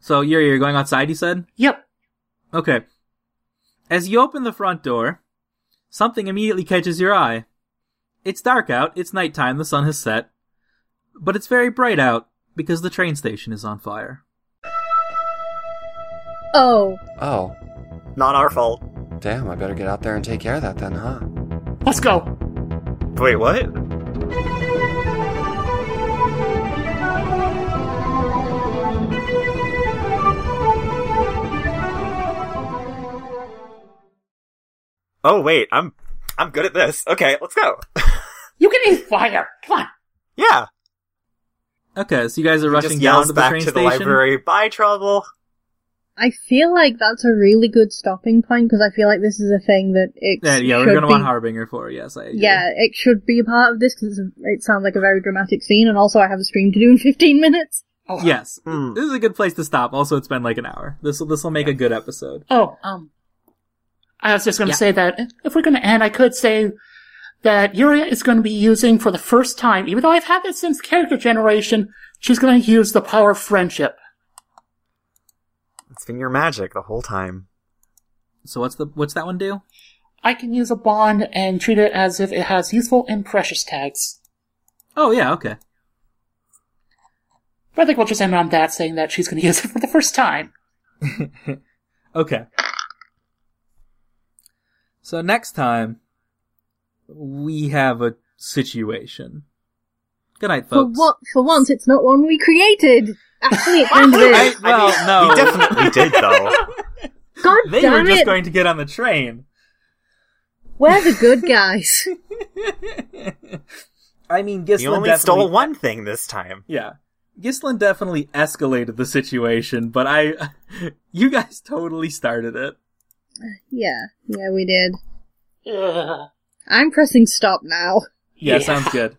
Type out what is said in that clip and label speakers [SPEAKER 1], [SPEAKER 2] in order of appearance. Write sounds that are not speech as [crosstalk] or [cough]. [SPEAKER 1] So Yuri, you're going outside, you said?
[SPEAKER 2] Yep.
[SPEAKER 1] Okay. As you open the front door, something immediately catches your eye. It's dark out, it's nighttime, the sun has set, but it's very bright out because the train station is on fire.
[SPEAKER 3] Oh,
[SPEAKER 4] Oh,
[SPEAKER 5] Not our fault.
[SPEAKER 4] damn, I better get out there and take care of that then, huh?
[SPEAKER 2] Let's go.
[SPEAKER 5] Wait, what? Oh wait, I'm I'm good at this. Okay, let's go. [laughs]
[SPEAKER 2] You can eat fire. Come on.
[SPEAKER 5] Yeah.
[SPEAKER 1] Okay, so you guys are rushing
[SPEAKER 5] Just
[SPEAKER 1] down
[SPEAKER 5] yells
[SPEAKER 1] to the
[SPEAKER 5] back
[SPEAKER 1] train
[SPEAKER 5] to the
[SPEAKER 1] station.
[SPEAKER 5] library. Bye, trouble.
[SPEAKER 3] I feel like that's a really good stopping point because I feel like this is a thing that it
[SPEAKER 1] Yeah, yeah, we're
[SPEAKER 3] should
[SPEAKER 1] gonna
[SPEAKER 3] be.
[SPEAKER 1] want Harbinger for it, yes. I agree.
[SPEAKER 3] Yeah, it should be a part of this because it sounds like a very dramatic scene, and also I have a stream to do in fifteen minutes.
[SPEAKER 2] Oh,
[SPEAKER 1] Yes,
[SPEAKER 5] Hmm.
[SPEAKER 1] this is a good place to stop. Also, it's been like an hour. This will this will make a good episode.
[SPEAKER 2] Oh, um, I was just going to
[SPEAKER 1] Yeah.
[SPEAKER 2] say that if we're going to end, I could say that Yuria is going to be using for the first time, even though I've had this since character generation, she's going to use the power of friendship.
[SPEAKER 5] It's been your magic the whole time.
[SPEAKER 1] So what's the what's that one do?
[SPEAKER 2] I can use a bond and treat it as if it has useful and precious tags.
[SPEAKER 1] Oh yeah, okay.
[SPEAKER 2] But I think we'll just end on that saying that she's going to [laughs] use it for the first time.
[SPEAKER 1] Okay. So next time we have a situation. Good night,
[SPEAKER 3] For
[SPEAKER 1] folks. [laughs]
[SPEAKER 3] what? For once, it's not one we created. Actually, it kind of
[SPEAKER 1] [laughs] I-
[SPEAKER 3] is.
[SPEAKER 1] well, no.
[SPEAKER 5] We definitely did
[SPEAKER 1] [laughs]
[SPEAKER 5] though.
[SPEAKER 3] God
[SPEAKER 1] They were
[SPEAKER 3] damn
[SPEAKER 1] just
[SPEAKER 3] it!
[SPEAKER 1] going to get on the train. [laughs]
[SPEAKER 3] We're the good guys. [laughs]
[SPEAKER 1] I mean, Gislin
[SPEAKER 5] You only
[SPEAKER 1] definitely
[SPEAKER 5] stole one thing this time.
[SPEAKER 1] Yeah, Gislin definitely escalated the situation, but I, [laughs] you guys totally started it.
[SPEAKER 3] yeah, yeah, we did.
[SPEAKER 2] Ugh.
[SPEAKER 3] I'm pressing stop now.
[SPEAKER 1] Yeah,
[SPEAKER 2] Yeah.
[SPEAKER 1] sounds good.